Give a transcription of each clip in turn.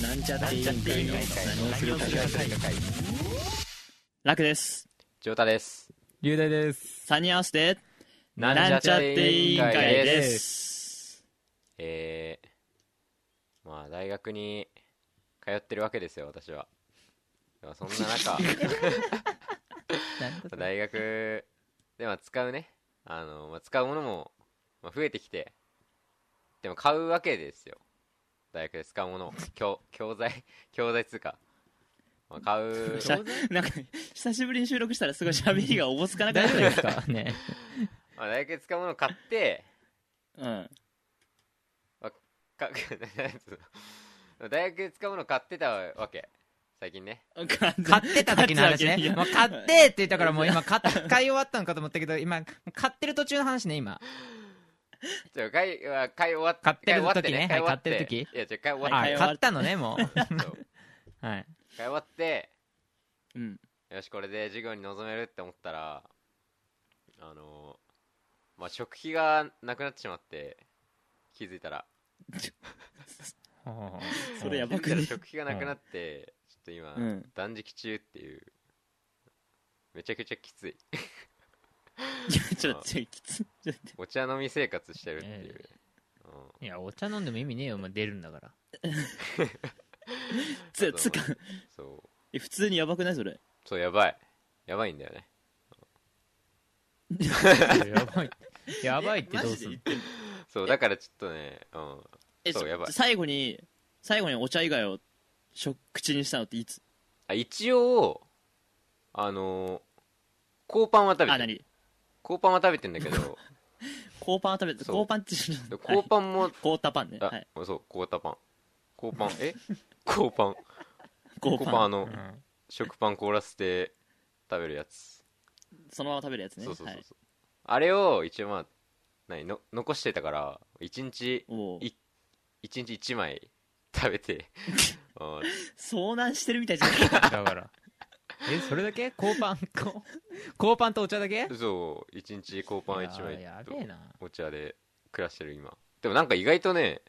なんちゃって委員会の何をするか楽ですジョータです。龍大です。 3人合わせてな。なんちゃって委員会ですすえー、まあ大学に通ってるわけですよ、私は。でもそんな中、大学では使うね、あの、まあ、使うものも、まあ、増えてきて、でも買うわけですよ。大学で使うものを、教教材、教材通貨。まあ、買 う、しゃなんか久しぶりに収録したらすごい喋りがおぼつかなくな大っ丈た夫でよすかね。まあ、大学で使うものを買って、 うんかなんつうの 大学で使うものを買ってたわけ。最近ね。 買ってた買って時の話たわけいねや。もう買ってって言ったからもう今買っ買い終わったのかと思ったけど、今、買ってる途中の話ね、今。じゃあ、買い、あ買い終わっ買ってる買い終わってね時ねはい買い終わって買ってる時いや、じゃあ買い終わっはてい、は買ったのね、もそうう。 は買い。い終わって、うんよし、これで授業に臨めるって思ったら、あのー、まあ、食費がなくなってしまって、気づいたら。それやばく気づいたらね食費がなくなって、ちょっと今、うん断食中っていう、めちゃくちゃきつい。いやちょっとちょっときつちょっお茶飲み生活してるっていう。うんいや、お茶飲んでも意味ねえよ、もう出るんだから。とつつかそう。え普通にやばくないそれそう、やばい。やばいんだよね。やばい。やばいってどうすんのそう、だからちょっとね、うん。えそうやばい最後に最後にお茶以外を食口にしたのっていつあ一応あのー、コーパンは食べあてる何コーパンは食べてんだけどコーパンは食べてそうコーパンって知らないでコーパンも、コータパンねあ、はいそうコータパンコーパンえコーパンコーコーパパンンあの、うん食パン凍らせて食べるやつ、そのまま食べるやつねそうそうそうそう、はいあれを一応まあ何の残してたから一日おうい一日一枚食べてうん遭難してるみたい じゃないだから。え、それだけコーパン、ココーパンとお茶だけそう一日コーパン一枚いややとべえな。お茶で暮らしてる今でもなんか意外とね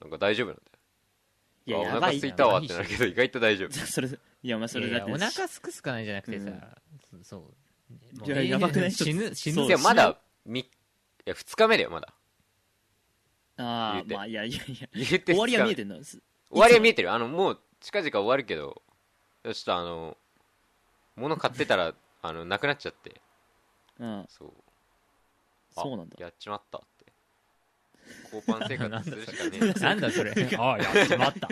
なんか大丈夫なんだよいやあやおば腹いすじいたわってなるけど意外と大丈夫ゃんそれいやまあそれだっいてやいやお腹すくすかないじゃなくてさ、そうもういややばくない死ぬ死そうぬいやまだみいや2日目だよまだあ言うあてまあいやいやいや言って終わりは見えるてんのす終わりは見えてるあのもう近々終わるけどちょっとあの物買ってたらあのなくなっちゃってうんそうあそうなんだやっちまったって交換生活するしかねえ なんだそれああやっちまった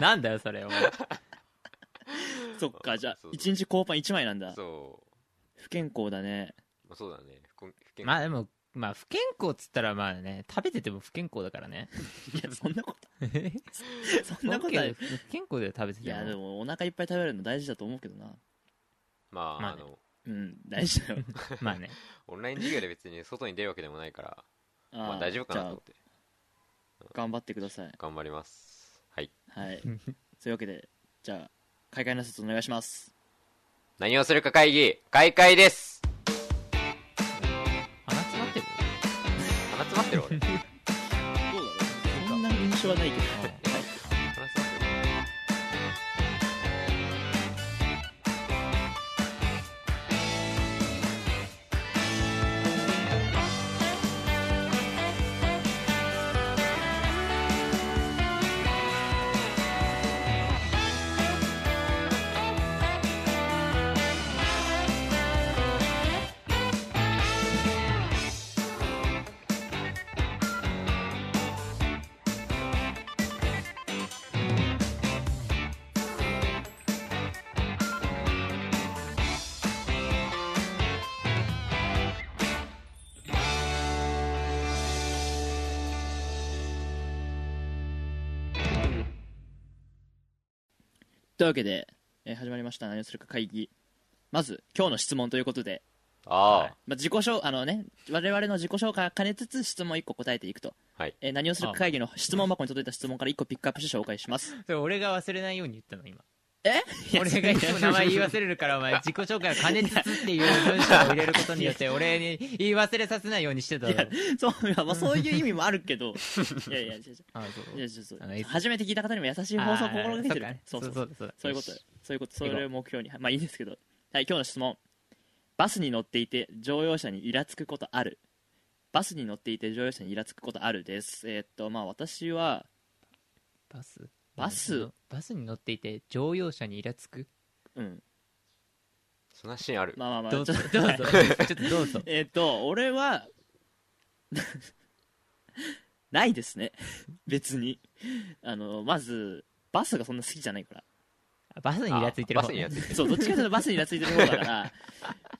なんだよそれお前 そっかじゃあそうそう一日コーパン1枚なんだそ不健康だ ねう、まあ、そうだね不健不健まあでもまあ不健康っつったらまあね食べてても不健康だからねいやそんなことそん そなことない不健康で食べていてやでももお腹いっぱい食べるの大事だと思うけどなまあ、まああねのうん大事 だよまあねオンライン授業で別に外に出るわけでもないからあーまあ大丈夫かなと思ってじゃあ頑張ってください頑張りますはいはいそういうわけでじゃあ開会の説お願いします何をするか会議開会です鼻詰まって る鼻詰まっ てる俺どうだろうそんな印象はないけど鼻詰まってるというわけで、えー始まりました何をするか会議まず今日の質問ということで、あまあ、自己紹あのね我々の自己紹介を兼ねつつ質問1個答えていくと、はいえー何をするか会議の質問箱に届いた質問から1個ピックアップして紹介しますそれ俺が忘れないように言ったの今えいや俺がいつも名前言い忘れるから、お前、自己紹介を兼ねつつっていう文章を入れることによって、俺に言い忘れさせないようにしてただろ。そういや、まあ、そういう意味もあるけどいやいや違う違うあいやそうそうあのいつ初めて聞いた方にも優しい放送を心がけてるそそううかそねうそそうそういうそううことよそういうことそ行こうれを目標にまあいいですけどはい今日の質問バスに乗っていて乗用車にイラつくことあるバスに乗っていて乗用車にイラつくことあるですえーっとまあ私はバスバスバスに乗っていて乗用車にイラつくうんそんなシーンあるまあまあまあどうぞちょっとどうぞ ちょっとどうぞえーっと俺は ないですね別にあのまずバスがそんな好きじゃないからあバスにイラついてるあバ方スにイラついてる そうどっちかというとバスにイラついてる方だから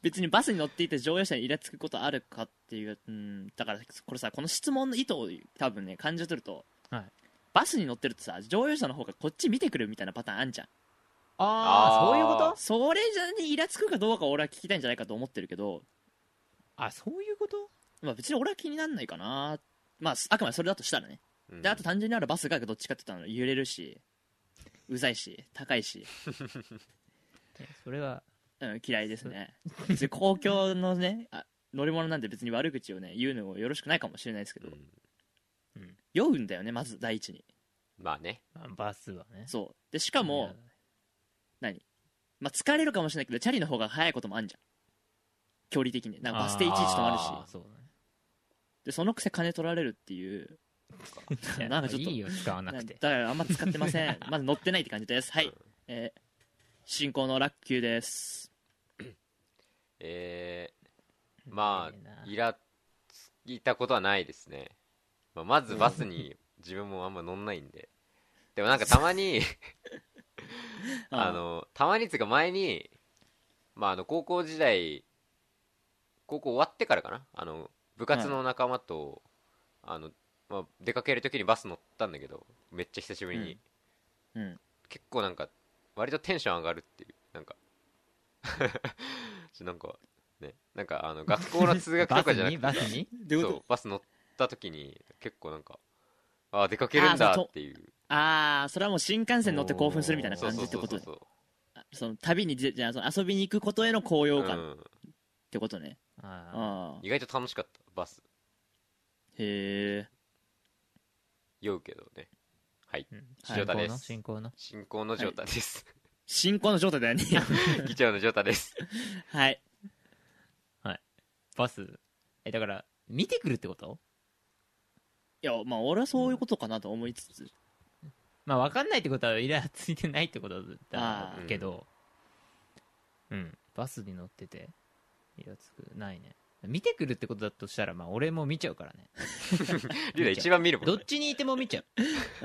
別にバスに乗っていて乗用車にイラつくことあるかっていう、うん、だからこれさこの質問の意図を多分ね感じ取ると、はいバスに乗ってるとさ乗用車の方がこっち見てくるみたいなパターンあんじゃんああそういうことそれじゃにイラつくかどうか俺は聞きたいんじゃないかと思ってるけど、あそういうことまあ、別に俺は気になんないかなまああくまでそれだとしたらね うんであと単純にあるバスがどっちかって言ったら揺れるしうざいし高いし、えそれはうん、嫌いですね別に公共のねあ乗り物なんで別に悪口をね言うのもよろしくないかもしれないですけうど、ん酔うんだよねまず第一にまあねまあバスはねそうでしかも、まあ、疲れるかもしれないけどチャリの方が早いこともあんじゃん距離的になんかバス停いちいち止まるあーしそうねでそのくせ金取られるっていういやなんかちょっといいよ使わななくだてからあんま使ってませ んまだ乗ってないって感じですはういん、えー進行のラッキューですえー、まいいなあイラついたことはないですね、まあ、まずバスに自分もあんま乗んないんででもなんかたまにあのたまにつうか前にまああの高校時代高校終わってからかなあの部活の仲間と、あのまあ、出かける時にバス乗ったんだけどめっちゃ久しぶりに、うんうん結構なんか割とテンション上がるっていうなんか ちょなんかねなんかあの学校の通学とバかスじゃなく にてバスにどういうこそとうバス乗った時に結構なんかああ出かけるんだっていうああそれはもう新幹線乗って興奮するみたいなそう感そじうってこそうそとうであその旅にじゃあその遊びに行くことへの高揚う感っんてことね、あああ意外と楽しかったバスへえ酔うけどねはいーうんはい塩田です進行の進行の状態です、進行の状態だよ ね 議長の状態ですはいバスえだから見てくるってこといやまあ俺はそういうことかなと思いつつ、まあ分かんないってことはイラついてないってことあだーけどうんバスに乗っててイラつくないね見てくるってことだとしたらまあ俺も見ちゃうからねリュウダ一番見るもんどねっちにいても見ちゃう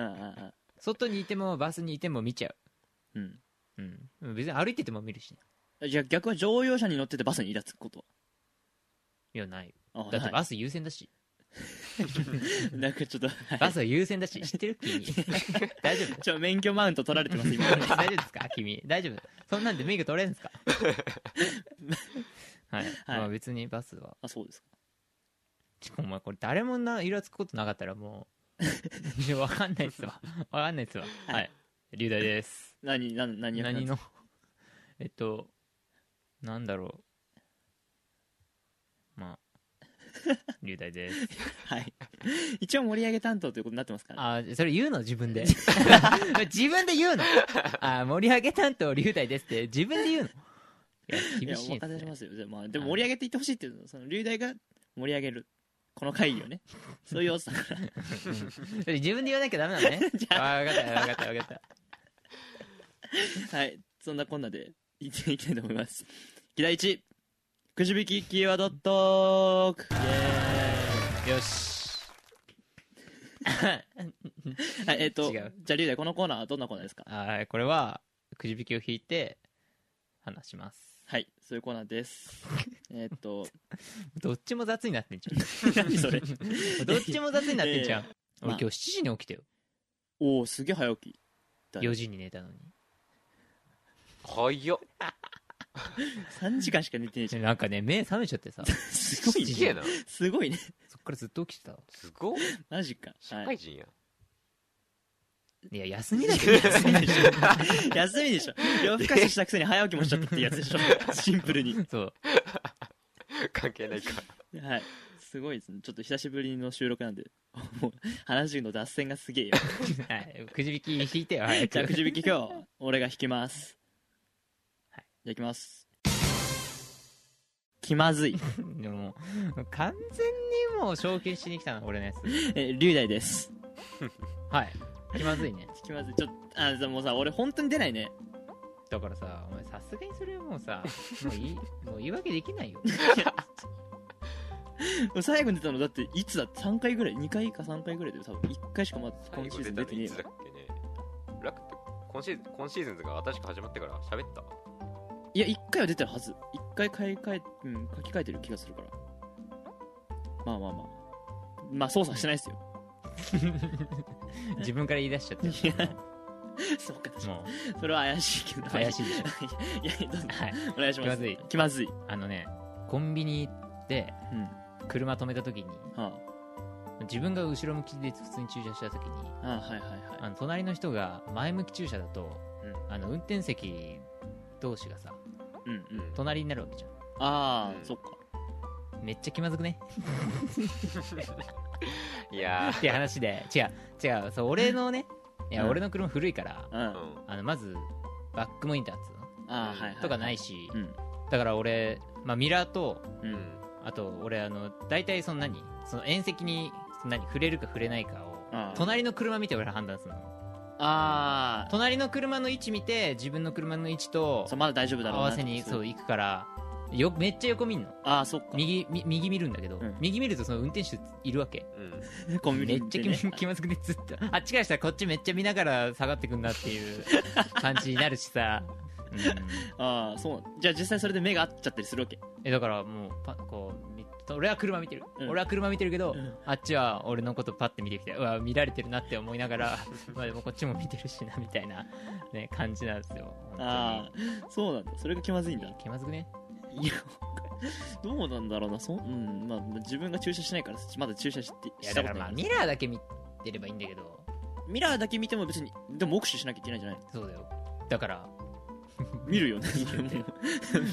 うんうんうん外にいてもバスにいても見ちゃうんううん別に歩いてても見るしねじゃあ逆は乗用車に乗っててバスにイラつくこといやないよあだってはバス優先だし、いなんかちょっと、はいバスは優先だし知ってる 君大丈夫ちょ免許マウント取られてます今 大丈夫ですか君大丈夫そんなんで免許取れるんです かはい、まあ別にバスはあそうですかちょお前これ誰もなイラつくことなかったらも ういやわかんないっすわわかんないっすわはい龍大です何何何何のえっとなんだろうま あ龍大ですはい一応盛り上げ担当ということになってますからあそれ言うの自分で 自分で言うの あ盛り上げ担当龍大ですって自分で言うのいや厳しやお任せいですねしますよで,、まあ、でも盛り上げていってほしいっていうのはその流大が盛り上げるこの会議 をねそういうおっさんからそれ自分で言わなきゃダメなのね じあ分かった分かった分かったはい、そんなこんなでいっていきたいと思います。 議題1、くじ引きキーワードトークイエよし ーイはい、えっ、と、違じうゃあ、リュウダイ、このコーナーはどんなコーナーですかあーこれはくじ引きを引いて話しますはい、そういうコーナー です。えっと、どっちも雑になってんじゃ何それん どっちも雑になってんじゃん、俺まあ今日7時に起きてよおおすげえ早起き。だね4時に寝たのに早っ3時間しか寝てねえじゃん。なんかね目覚めち ゃってさすごいすね。げえなすごいね。そっからずっと起きてたわすごっ マジか。社はい会。人や、いや、休みだけど休みでし休みで しょ夜更かししたくせに早起きもしちゃったってやつでしょシンプルにょ。 そう。関係ないか はいすごいですねちょっと久しぶりの収録なんで もう話の脱線がす げえよはい。くじ引き引いてよ、早じゃあくく。じ引き今日 俺が引きますはいじゃあいきます気まずい でも、完全にもう承継しに来たな、俺のやつ。え龍大ですはい。気まずいね。気まずいちょっとあもうさ俺本当に出ないねだからさ、お前さすがにそれはもうさ、もういい、もう言い訳できない よ。もう最後に出たのだっていつだって3回ぐらい2回か3回ぐらいだよ多分1回しかまだ今シーズン出てねえいよつだっけね楽って今シーズン今シーズンとか新しく始まってから喋ったいや1回は出てるはず1回買い替え、うん、書き換えてる気がするからまあまあまあまあ操作してないですよ自分から言い出しちゃってる。 そうかもそれは怪しいけどう、怪しいでしょ。 いやいやどうぞはい。お願いします気まずい気まずいあのね、コンビニでうんは車止めた時に、あ自分が後ろ向きで普通に駐車した時に、ああはいはいはいあの隣の人が前向き駐車だと、うあの運転席同士がさうんうん隣になるわけじゃああ、うんそっかんめっちゃ気まずくね いやって話で違う違うそう俺のねいや、うん俺の車古いからうんーうあんあのまずバックモニターっつうのあうんはいはいとかないし、うんだから俺、まあ、ミラーとううんんあと俺あの大体その何その縁石に何触れるか触れないかをあー隣の車見て俺は判断するのあ隣の車の位置見て自分の車の位置とあそうまだ大丈夫だろ合うなわせにそうう行くからよめっちゃ横見んのああそっか右み右見るんだけど、うん右見るとその運転手いるわけうんコンビめっニちでゃね気,、気まずくねずっとあっちからしたらこっちめっちゃ見ながら下がってくんなって いう感じになるしさ、うんああそうじゃあ実際それで目が合っちゃったりするわけえだからもうパこうみ俺は車見てる、うん俺は車見てるけど、うんあっちは俺のことパッて見てきてうわ見られてるなって思いなが らまあでもこっちも見てるしなみたいな、ね、感じなんですよあ本あそうなんだそれが気まずいん当だに気まずくねいや、どうなんだろうな、そうん、まあ、自分が注射しないから、まだ注射して、いしやたこだかとらまなあいミラーだけ見てればいいんだけどミラーだけ見ても別に、でも目視しなきゃいけないんじゃないのそうだよだから 見るよね、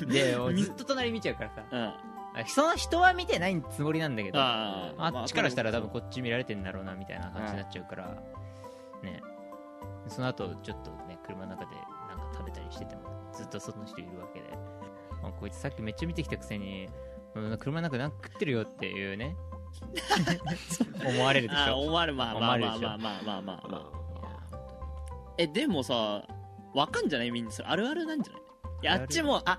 でみずっと隣見ちゃうからさうん。あその人は見てないつもりなんだけどああっちからしたら多分ここっち見られてんだろうなみたいな感じになっちゃうからねその後ちょっとね車の中でなんか食べたりしててもずっと外の人いるわけで、あ、こいつさっきめっちゃ見てきたくせにうん車の中なんか食ってるよってい うね思われるでしあー、ょ思わる、まあまあまあ思まわあまあまあまああまあ。いやえ、でもさ、わかんじゃないみんな、それあるあるなんじゃないいや、ああるあるっちも、あ、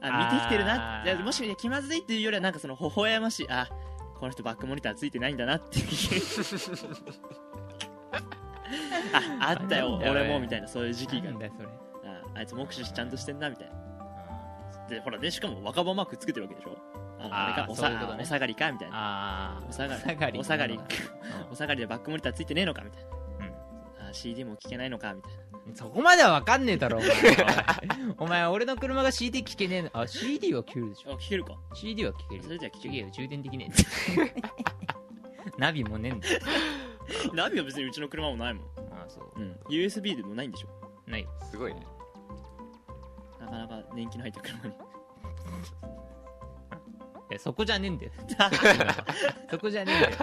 あ、見てきてるなっあーて、いやもしかして気まずいっていうよりは、なんかその、微笑ましい、あ、この人バックモニターついてないんだなっていう。あ、あったよ、あなんだよ俺も、みたいな、そういう時期ながん。だよそれ、ああいつ目視ちゃんとしてんなみたいなでほらでしかも若葉マークつけてるわけでしょあのあーあれかおそうさいうことねお下がりかみたいなああお下がりおお下下ががりりなのかお下がりでバックモニターついてねえのかみたいうんうんなあー CD も聞けないのかみたいなそこまでは分かんねえだろ、お前。お前、俺の車が CD 聞けねえの。あ、CD は聞けるでしょ。あ聞けるか CD は聞ける。それじゃ聞けるるよ、充電できねえ。 ナビもねえんだよ。ナビは別にうちの車もないもん、あ、そうう。ん、USB でもないんでしょない。すごいねなかなか年季の入った車にいやそこじゃねえんだよ。 そこじゃねえんだよ。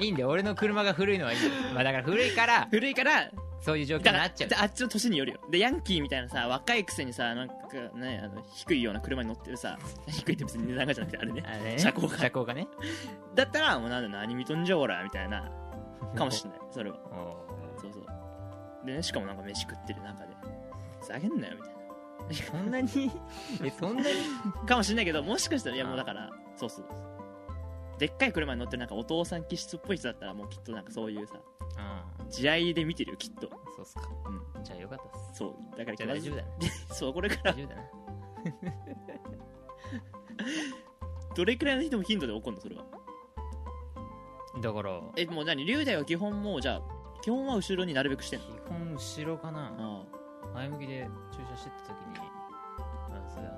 いいんだよ、俺の車が古いのはいいんだよ。まあだから 古いから、古いからそういう状況にだかならっちゃうだ。あっちの年によるよでヤンキーみたいなさ若いくせにさなんかねあの低いような車に乗ってるさ 低いって別に値段がじゃなくてあれねあれね車高が車高がね。だったらもうなんだ何見とんじゃおらみたいなかもしんないそれはおーそうそうでねしかもなんか飯食ってる中でふざけんなよみたいそんなに、え、そんなに、な かもしんないけどもしかしたらいやもうだからそうそうでっかい車に乗ってるなんかお父さん気質っぽい人だったらもうきっとなんかそういうさうん、地合いで見てるよきっとそうっすか。じゃあよかったっす。そうだからじゃあ大丈夫だね。そうこれか大ら丈夫だな。どれくらいの人も頻度で起こるのそれはだから、えもう何龍大は基本もうじゃあ基本は後ろになるべくしてん基の本後ろかなあ前向きで駐車してた時にまずあのね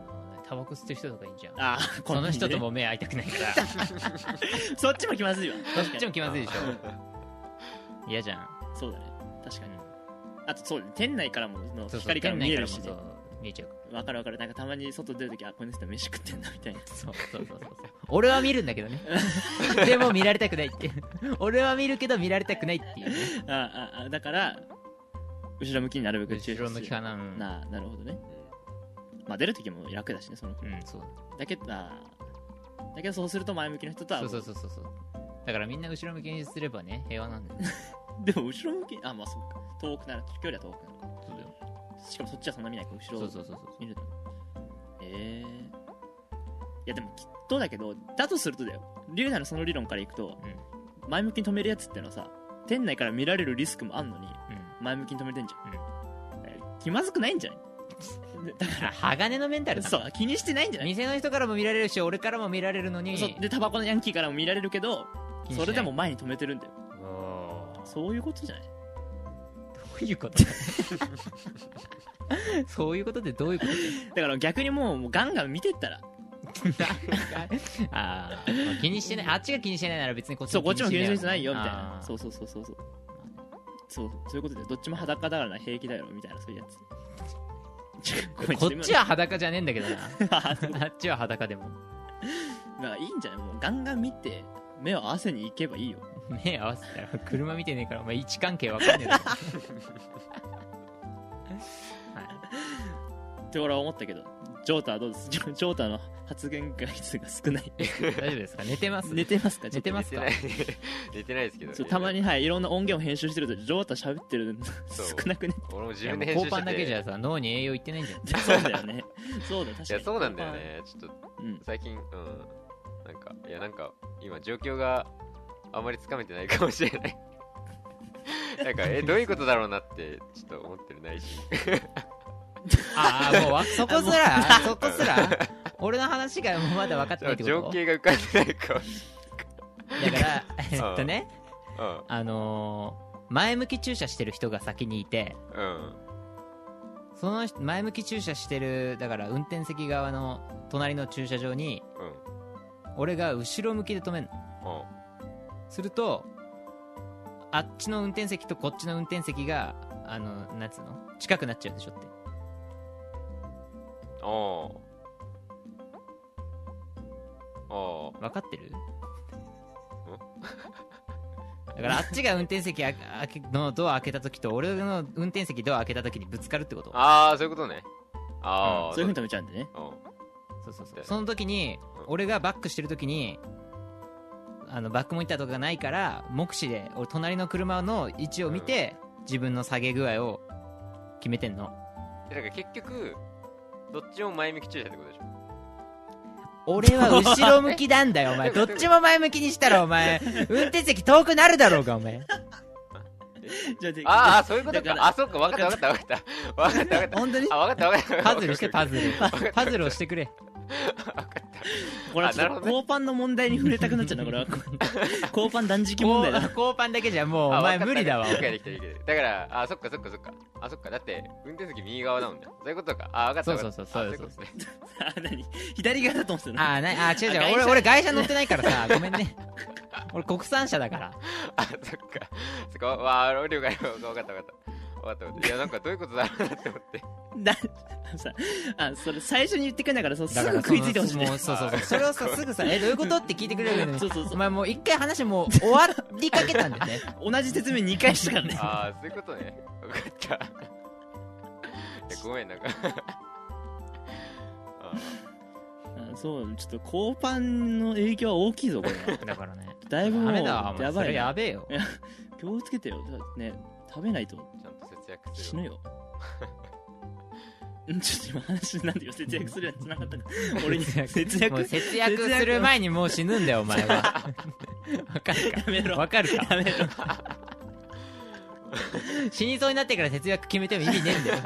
タバコ吸ってる人とかいいじゃんあー その人と コンも目合いたくないからビ そニねそっちも気まずいわ確っかちにも気まずいでしょ嫌じゃんそうだね確かうにんあとそう店内からものそうそう光から店見え内かるらしもねそう見えちゃうからわかるわかるなんかたまに外出るときあこの人飯食ってんなみたいなそうそうそうそうそう 俺は見るんだけどねでも見られたくないっていう俺は見るけど見られたくないっていう、ね、あああだから後ろ向きになるべく注 後視ろ向きかなうんななるほどねまあ出るときも楽だしねその子うんそうだけどあーだけどそうすると前向きの人とはそうそうそうそうそうだからみんな後ろ向きにすればね平和なんだよでも後ろ向きあまあそうか遠くなる距離は遠くなるかそうだよしかもそっちはそんな見ないから後ろそうそうそうそう見るのええいやでもきっとだけどだとするとだよリュウナのその理論からいくとうん前向きに止めるやつってのはさ店内から見られるリスクもあんのにうん前向きに止めてんじゃん、え気まずくないんじゃないでだかあ鋼のメンタルらなそのう気にしてないんじゃない店の人からも見られるし俺からも見られるのにそうでタバコのヤンキーからも見られるけど気にしないそれでも前に止めてるんだよおーそういうことじゃないどういうこと そういうことってどういうこと だから逆にもうもうガンガン見てったらあー、まあ気にしてないあっちが気にしてないなら別にこっちそうこっちも気にする必要ないよみねたいなあーそうそうそうそうそうそうそういうことでどっちも裸だからな平気だよみたいなそういうやつこっちは裸じゃねえんだけ どなは あっちは裸でもなんかいいんじゃないもうガンガン見て目を合わせに行けばいいよ目合わせたら車見てねえからお前位置関係わかんねえ だろはいって俺は思ったけどジョータはどうですジョジョータの発言回数が少ない大丈夫ですか寝てます寝てますかちょっと寝てます寝てかない寝てないですけどちょたまにいはいいろんな音源を編集してるとジョータ喋ってるのそう少なくねや俺も自いや分もでう編集し交て換てだけじゃさ脳に栄養いってない んじゃんそうだよねそうだよ確いかにやそうなんだよねちょっとうん最近うんなんかいやなんか今状況があまりつかめてないかもしれ ないなんかえどういうことだろうなってちょっと思ってるないしああもうわそこす らそこすら俺の話がもうまだ分かってないってこ情と景が浮かんでないかもしだからえっれとねないあのー前向き駐車してる人が先にいてうんうんその人前向き駐車してるだから運転席側の隣の駐車場にうん俺が後ろ向きで止めんのうんするとあっちの運転席とこっちの運転席があのなんつうの近くなっちゃうでしょっておおお分かってるだからあっちが運転席ああけのドア開けた時と俺の運転席ドア開けた時にぶつかるってことああそういうことねああ、そういうふうに止めちゃうんでねうんそうそうだそようねその時にうん俺がバックしてる時にあのバックモニターとかがないから目視で俺隣の車の位置を見て、自分の下げ具合を決めてんのでだから結局どっちも前向き注射ってことでしょ俺は後ろ向きなん だよ、お前。どっちも前向きにしたら、お前。運転席遠くなるだろうが、お前。じゃあであーあーそういうことだかからあそうか分かった分かった分かった分かった分かっ本当にたあ分かった分かったパズルして、パズルわかった。パズルをしてく れ。これはちょっあなるとほどね交パンの問題に触れたくなっちゃうなこれは交パン断食問こ題だうこうパンだけじゃ、もう、お前無理だわ。理解できた理解できただからあそっかそっかそっかあそっかだって運転席右側だもんねそういうことかあ分かった分かったそあうそうそうそういうことねあ何左側だと思ってたのあー、ない、あー、違うあ違外う。俺、車俺、外車乗ってないからさ、ごめんね。 俺、国産車だから。あそっかそっかわあ了解了解分かった分かった分かった分かったいやなんかどういうことだろうなって思ってださあそれ最初に言ってくれないからそうすだかぐら食いついてほしいもう、ねそうそう そう。それをさ、すぐさ、え、どういうことって聞いてくれるのにそうそうそうお前、もう一回話もう終わりかけたんだよね。同じ説明2回したからねああそういうことね分かったいやごめんなんかああそうちょっと交パンの影響は大きいぞこれは だからね。だいダぶもうメだわ、お前。やそばれいやなべえよ。気をつけてよだね食べないとーちゃんと節約す死るぬわよ んちょっと今話なんでよ節約するやつなかったから 俺に節もう約節約する前にもう死ぬんだよ、お前は。わかるやめか。ろわかるか。やめろ死にそうになってから節約決めても意味ねえん だよ。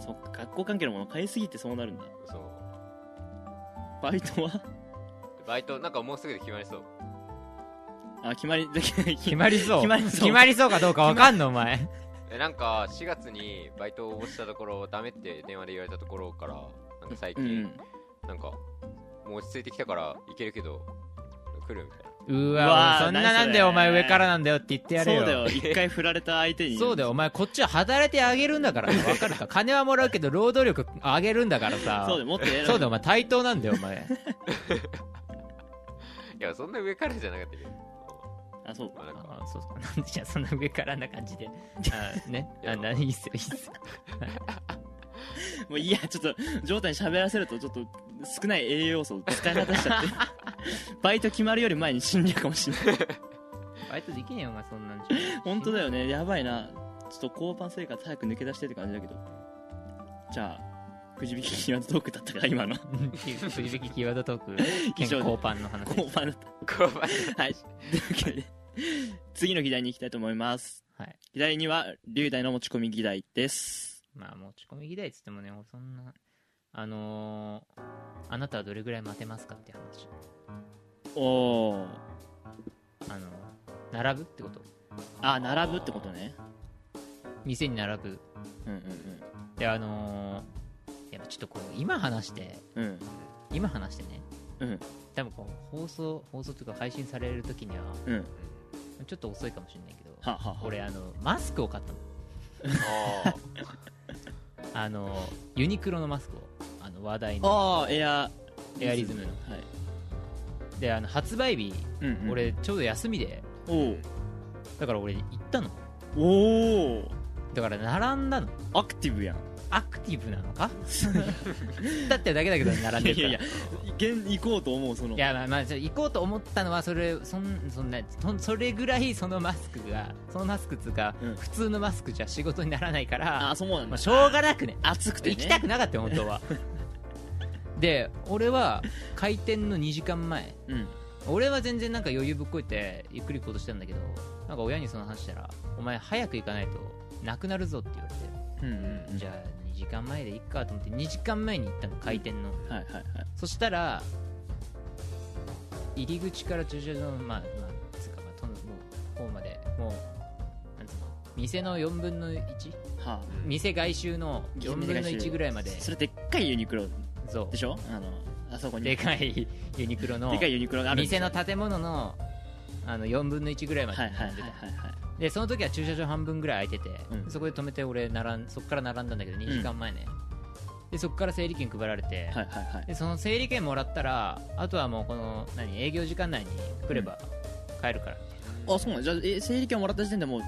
そっか学校関係のもの買いすぎてそうなるんだそうバイトは バイトなんかもうすぐで決まりそうあ決まり決決まりそう。決まりそう決まりそうかどうかわかんの、お前。えなんか4月にバイトを応募したところダメって電話で言われたところからなんか最う近、んなんかもう落ち着いてきたから行けるけど来るみたいなううわわーそんな何なそれんだよお前上からなんだよって言ってやれよそうだよ一回振られた相手にそうだよお前こっちは働いてあげるんだから 分かるか金はもらうけど労働力あげるんだからさそうだよもっと偉いそうだよお前対等なんだよお 前いやそんな上からじゃなかったけどあそうまあなんかあそうそうなんでじゃあそんな上からな感じであ ねいやあないいっすよいいっすよもういいやちょっと状態に喋らせるとちょっと少ない栄養素を使い果たしち ゃってバイト決まるより前に死んじゃうかもしれないバイトできねえよお前そんなんじゃ本当だよよねやばいなちょっと交番生活早く抜け出してって感じだけどじゃあくじ引きキーワードトークだったか今の くじ引きキーワードトー ク以兼上で交パンの話交番だっこうまでたはいというわけで次の議題に行きたいと思いますはい議題には龍大の持ち込み議題ですまあ持ち込み議題っつってもね俺そんなあのーあなたはどれぐらい待てますかって話おおあの並ぶってことあ並ぶってことね店に並ぶうんであのーやっぱちょっとこう今話してうんうん今話してねうん多分こう放送放送というか配信される時にはうんうんちょっと遅いかもしれないけどははは俺あのマスクを買ったのああのユニクロのマスクをあの話題のああエアエアリズムのはいであの発売日、うんうん俺ちょうど休みでおおだから俺行ったのおおだから並んだのアクティブ やんアクティブなのかだってるだけだけど並んでるいかやいらや現行こうと思うそのいやまあまあちょ行こうと思ったのはそれそんそんなそんそれぐらいそのマスクがそのマスクっつうか、うん普通のマスクじゃ仕事にならないからあそうなんだ、まあ、しょうがなくね暑くてね行きたくなかったよ本当はで俺は開店の2時間前うん俺は全然なんか余裕ぶっこいてゆっくり行こうとしたんだけどなんか親にその話したら「お前早く行かないとなくなるぞ」って言われて、うんうんうんじゃあ2時間前で行っかと思って2時間前に行ったの開店のはいはいはいそしたら入り口から駐車場のまあまあつうかまあとのもう方までもうなんつうの店の4分の1はあ店外周の4分の1ぐらいまでそれでっかいユニクロそうでしょあのあそこにでかいユニクロのでかいユニクロがあるんです店よの建物のあの4分の1ぐらいまではいはいは並んいでたはいはいでその時は駐車場半分ぐらい空いてて、うんそこで止めて俺並んそこから並んだんだけど2時間前ね、でそこから整理券配られて、はいはいはいでその整理券もらったらあとはもうこの何営業時間内に来れば買えるから、あそうなんだじゃあえ整理券もらった時点でもう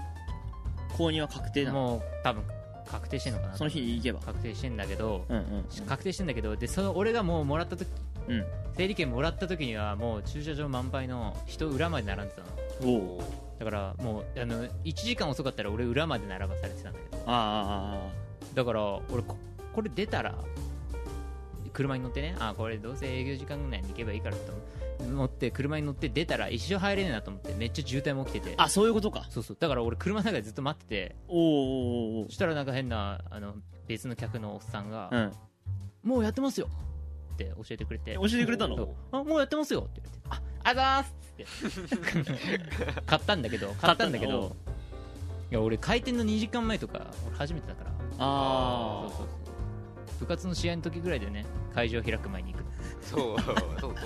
購入は確定なのもう多分確定してんのかなその日に行けば確定してんだけど、うんうん確定してんだけどでその俺がもうもらった時うん整理券もらった時にはもう駐車場満杯の人裏まで並んでたのおおうだからもうあの1時間遅かったら俺裏まで並ばされてたんだけどあだから俺ここれ出たら車に乗ってねあこれどうせ営業時間内に行けばいいからと思って車に乗って出たら一生入れねえなと思ってめっちゃ渋滞も起きててあああそういうことかそうそうだから俺車の中でずっと待ってておおおうおうおうそしたらなんか変なあの別の客のおっさんがう、んもうやってますよって教えてくれて教えてくれたのそうあもうやってますよって言われてああざーすって買ったんだけど買ったんだけおうどいや俺開店の2時間前とか俺初めてだからあそうそうそう部活の試合の時ぐらいでね会場開く前に行く、そうそうそうだね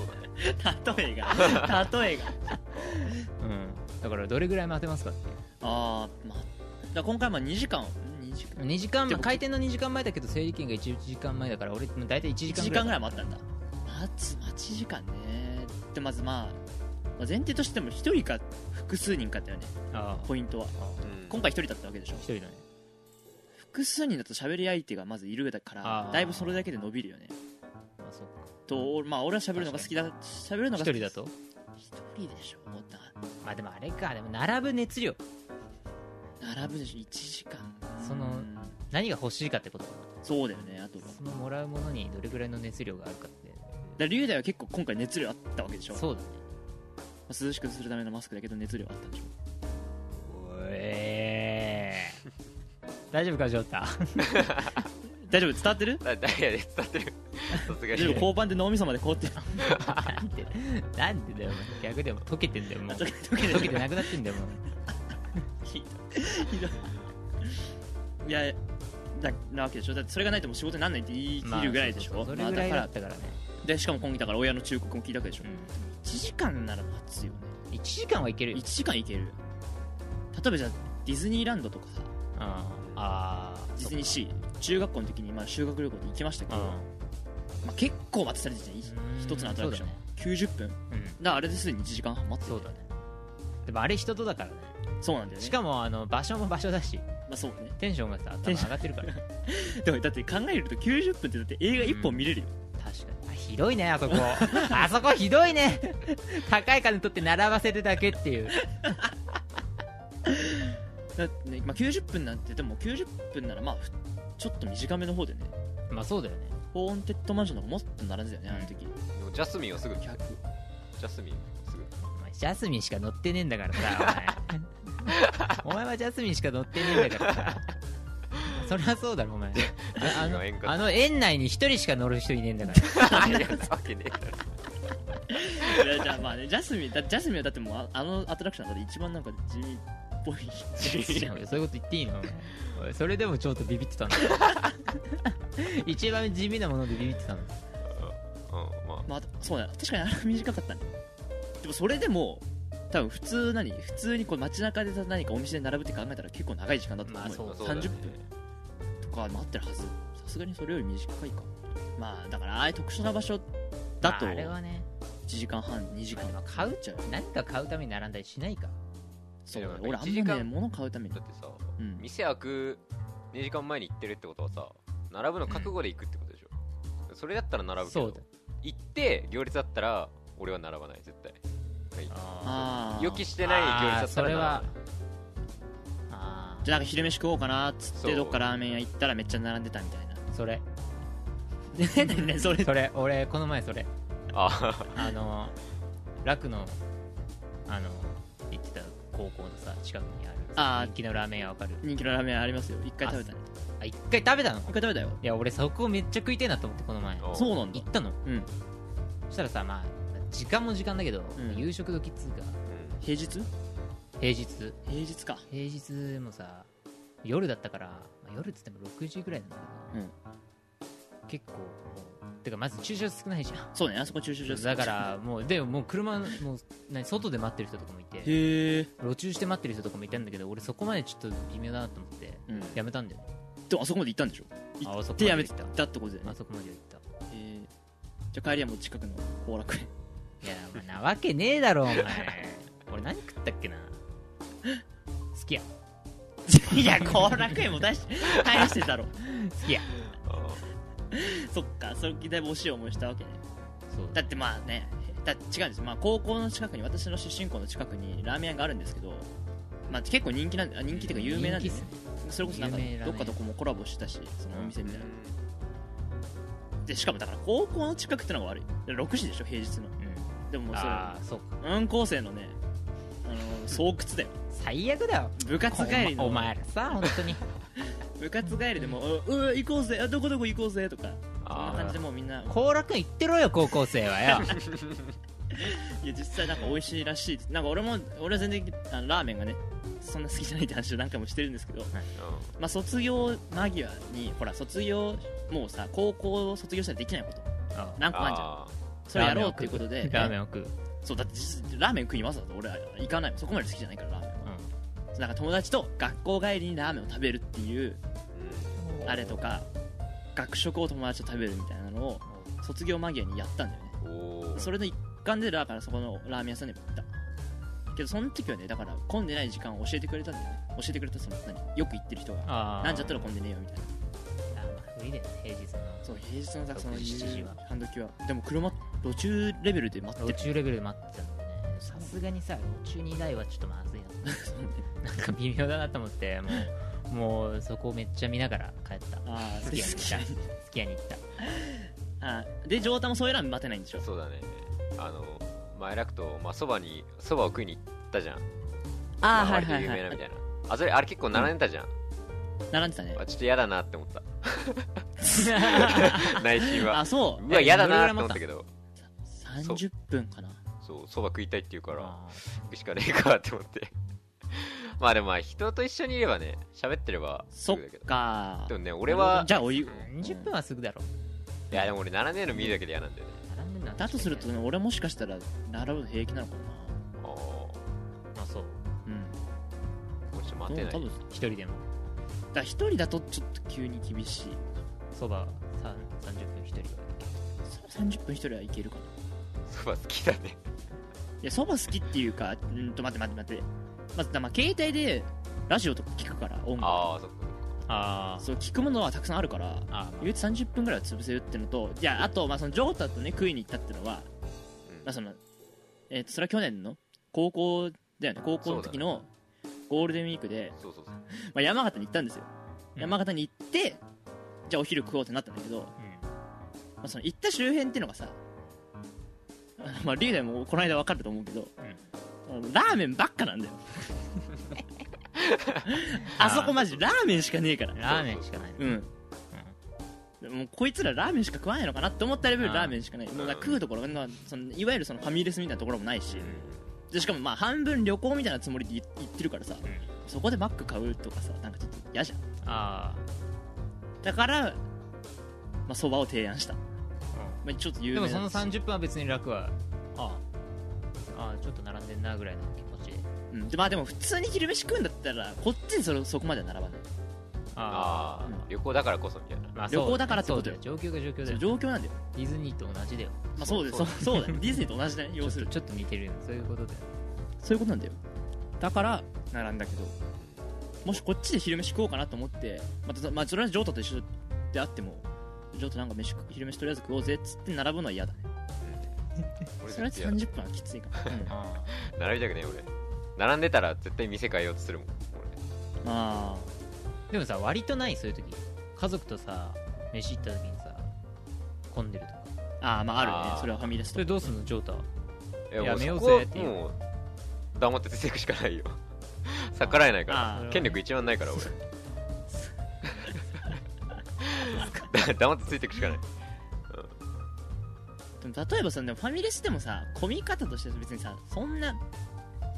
あ 例えが例えがうん、だからどれぐらい待てますかってああまあだから今回まあ2時間2時間2時間で前も開店の2時間前だけど整理券が1時間前だから俺もう大体1時1間時ぐら間いぐらい待ったんだ待つ待ち時間ねでまずまあまあ前提としても1人か複数人かだよねああポイントはうん今回1人だったわけでしょ1人だね複数人だと喋り相手がまずいるだからあーだいぶそれだけで伸びるよねあそうかとまあ俺は喋るのが好きだ喋るのが1好人きだと1人でしょだまあでもあれかでも並ぶ熱量並ぶでしょ1時間そのうん何が欲しいかってことそうだよねあとはそのもらうものにどれぐらいの熱量があるかってだ龍大は結構今回熱量あったわけでしょそうだねまあ涼しくするためのマスクだけど熱量あったんでしょえー大丈夫かジョー タ大丈夫伝わってるだダイヤで伝ってるさすが大丈夫に交番で脳みそまで凍ってるなんでなんでだよお前逆でも溶けてんだよ もう溶け溶け溶てるけてなくなってんだよもう ひどいひどいいやだなわけでしょだってそれがないともう仕事になんないって言いまあ切るぐらいでしょ、そまうあそうそうそれぐらいだだっかたからね、らでしかも今期だから親の忠告も聞いたわけでしょ、うん1時間なら待つよね1時間はいけるよ1時間いける例えばじゃあディズニーランドとかさああーディズニーそシー中学校の時にまあ修学旅行で行きましたっけかど、まあ、結構待たされてたじゃんうん一つのアトラクション、そう90分だかだねうんらあれですでに1時間半待ってそるうだねでもあれ人とだからねそうなんだよねしかもあの場所も場所だしまあそうねテンションがさ多テ分ンショ上がってるから 確でもだって考えると90分ってだって映画1本見れるよ、かにあひどいねあ そこあそこひどいね高い金取って並ばせるだけっていうだってね、まあ、90分なんてでも90分ならまあふちょっと短めの方でねまあそうだよねホーンテッドマンションとかもっと並んでたよねあの時もうジャスミンはすぐジ100ャスミンすぐお前ジャスミンしか乗ってねえんだからさお前 お前はジャスミンしか乗ってねえんだからさそりゃそうだろお前あスミンのは円滑あの園内に一人しか乗る人いねえんだからいやそんなわけねえだろい やじゃあまあねジャスミンだジャスミンはだってもうああのアトラクションの中で一番なんか地味っぽい違うよそういうこと言っていいのお前おいそれでもちょっとビ ビってたんだよ一番地味なものでビビってたんだようんま まあそうだ確かにあれは短かったねでもそれでも多分普通何普通にこう街中でさ何かお店に並ぶって考えたら結構長い時間だったと思うよ、まああそうだね30分とか待ってるはずさすがにそれより短いかまあだからああいう特殊な場所だとまああれ1はね時間半2時間まあでも買うちゃう何か買うために並んだりしないかそうでも俺あ一時んまね間物買うためにだってさうん店開く2時間前に行ってるってことはさ並ぶの覚悟で行くってことでしょ、それだったら並ぶけそどうだ行って行列だったら俺は並ばない絶対あああ予期してない行列だったら並ばないあーーあじゃあなんか昼飯食おうかなっつっそうてどっかラーメン屋行ったらめっちゃ並んでたみたいなーそれ ねねねそれそれ俺この前それああの楽のあの行ってた高校のさ近くにあるあー人気のラーメン屋わかる人気のラーメン屋ありますよ一回食べたねあ一回食べたの一回食べたよいや俺そこめっちゃ食いてえなと思ってこの前行あそうなんだったのうんそしたらさまあ時間も時間だけど、うん夕食時っつうかうん平日平日平日か平日もさ夜だったから、まあ夜っつっても6時ぐらいなんだけど、結構もうてかまず駐車場少ないじゃんそうねあそこ駐車場だからもうでももう車のもう何外で待ってる人とかもいてへえ路中して待ってる人とかもいたんだけど俺そこまでちょっと微妙だなと思ってうんやめたんだよね、でもあそこまで行ったんでしょ行あそってこまでやめ行てったたってことだよねあそこまで行ったへえじゃあ帰りはもう近くの後楽 園いやお前なわけねえだろお前 俺何食ったっけな好きやいや後楽園も大し大してたろ好きやあそっかそれだいぶ惜しい思いしたわけねそうだってまあねだ違うんです、まあ、高校の近くに私の出身校の近くにラーメン屋があるんですけど、まあ、結構人気なんであ人気っていうか有名なんで、ね人気っ、それこそなんか有名ラーメどンっかとこもコラボしてたしそのお店みたいな、うでしかもだから高校の近くってのが悪いで6時でしょ平日のうでももんうそれああそうか運校生のねあの巣窟だよ最悪だよ部活帰りのお前らさ本当に部活帰りでも「うう行こうぜあどこどこ行こうぜ」とかそんなあ感じでもうみんな後楽園行ってろよ高校生は よいや実際なんか美味しいらしいですなんか俺も俺は全然あのラーメンがねそんな好きじゃないって話を何回もしてるんですけど、うまあ、卒業間際にほら卒業もうさ高校を卒業したらできないことあ何ん個あんじゃんあそれやろうっていうことでラーメンンを食う、そうだって実ラーメン食いにわざわざ俺は行かないもんそこまで好きじゃないからラーメンなんか友達と学校帰りにラーメンを食べるっていううんあれとか学食を友達と食べるみたいなのを卒業間際にやったんだよねーうんおーそれの一環でだからそこのラーメン屋さんにも行ったけどその時はねだから混んでない時間を教えてくれたんだよね教えてくれたその何よく行ってる人があーなんちゃったら混んでねえよみたいなあーまあ不利だよね平日のそう平日のさその6 7時は半時はでも車路中レベルで待って路る中レベルで待ってたんでねさすがにさ路中にいないはちょっとまずい ななんか微妙だなと思ってもうもうそこをめっちゃ見ながら帰った好ああ好好ききやね好きやねき家に行ったあーで上太もそういうラーメン待てないんでしょそうだねあの前楽とまあそばにそばを食いに行ったじゃんまああ割と有名なみたいなあそれあれ結構並んでたじゃん、並んでたねあちょっと嫌だなって思った 内心はあそううわ嫌だなって思ったけどそう30分かなそうそば食いたいって言うからあー行くしかねえかって思って まあでもまあ人と一緒にいればね喋ってればすそっぐだけどかでもね俺はじゃあお湯30分はすぐだろいやでも俺並んでるの見るだけで嫌なんだよね並んでんのはだとするとね俺もしかしたら並ぶの平気なのかあー待てない多分だか一人でもら一人だとちょっと急に厳しいそばさ30分一人は30分一人はいけるかなそば好きだねいやそば好きっていうかうーんと待って待って待ってまずだまあ携帯でラジオとか聞くから音楽ああそっかあーそう聞くものはたくさんあるからあー言うて30分ぐらいは潰せるってのといやあとまあそのジョータとね食いに行ったってのは、まあそのえーとそれは去年の高校だよね高校の時のゴールデンウィークで、そうそうそうまあ、山形に行ったんですよ、うん山形に行ってじゃあお昼食おうってなったんだけど、まあ、その行った周辺っていうのがさあのまあリーダーもこの間分かると思うけど、あのラーメンばっか なんだよあそこマジラーメンしかねえからうんラーメンしかないのうん、でもこいつらラーメンしか食わないのかなって思ったレベルラーメンしかないもうだから食うところがそのいわゆるそのファミレスみたいなところもないし、でしかもまあ半分旅行みたいなつもりでい行ってるからさ、んそこでマック買うとかさなんかちょっと嫌じゃんあだからそば、蕎麦を提案した、まあ、ちょっとー有で名もなその30分は別に楽はあーあーちょっと並んでんなぐらいの気持ちでうん、でまあでも普通に昼飯食うんだったらこっちにそれそこまでは並ばないあああうん旅行だからこそみたいなー、まあ、旅行だからってそこうとだよよ状況が状況そだうよ状況なんだよ、ディズニーと同じだよまあ、そうだよそうそうだよディズニーと同じだね要するにちょっと似てるよそういうことだよそういうことなんだよだから並んだけどもしこっちで昼飯食おうかなと思ってまた、まあ、それはジョータと一緒であってもジョータなんか飯食昼飯とりあえず食おうぜっつって並ぶのは嫌だね俺それは絶対嫌30分はきついか も、うんまあだ並びたくねえ俺並んでたら絶対店変えようとするもんあーでもさ割とないそういう時家族とさ飯行った時にさ混んでるとかああまああるねあーそれはファミレスそとれどうすんのジョータは俺いやもめようそこはぜっていうもう黙って出ていくしかないよ 逆らえないかあらー権力一番ないから俺だ 黙ってついていくしかないでも例えばさでもファミレスでもさ混み方としては別にさそんな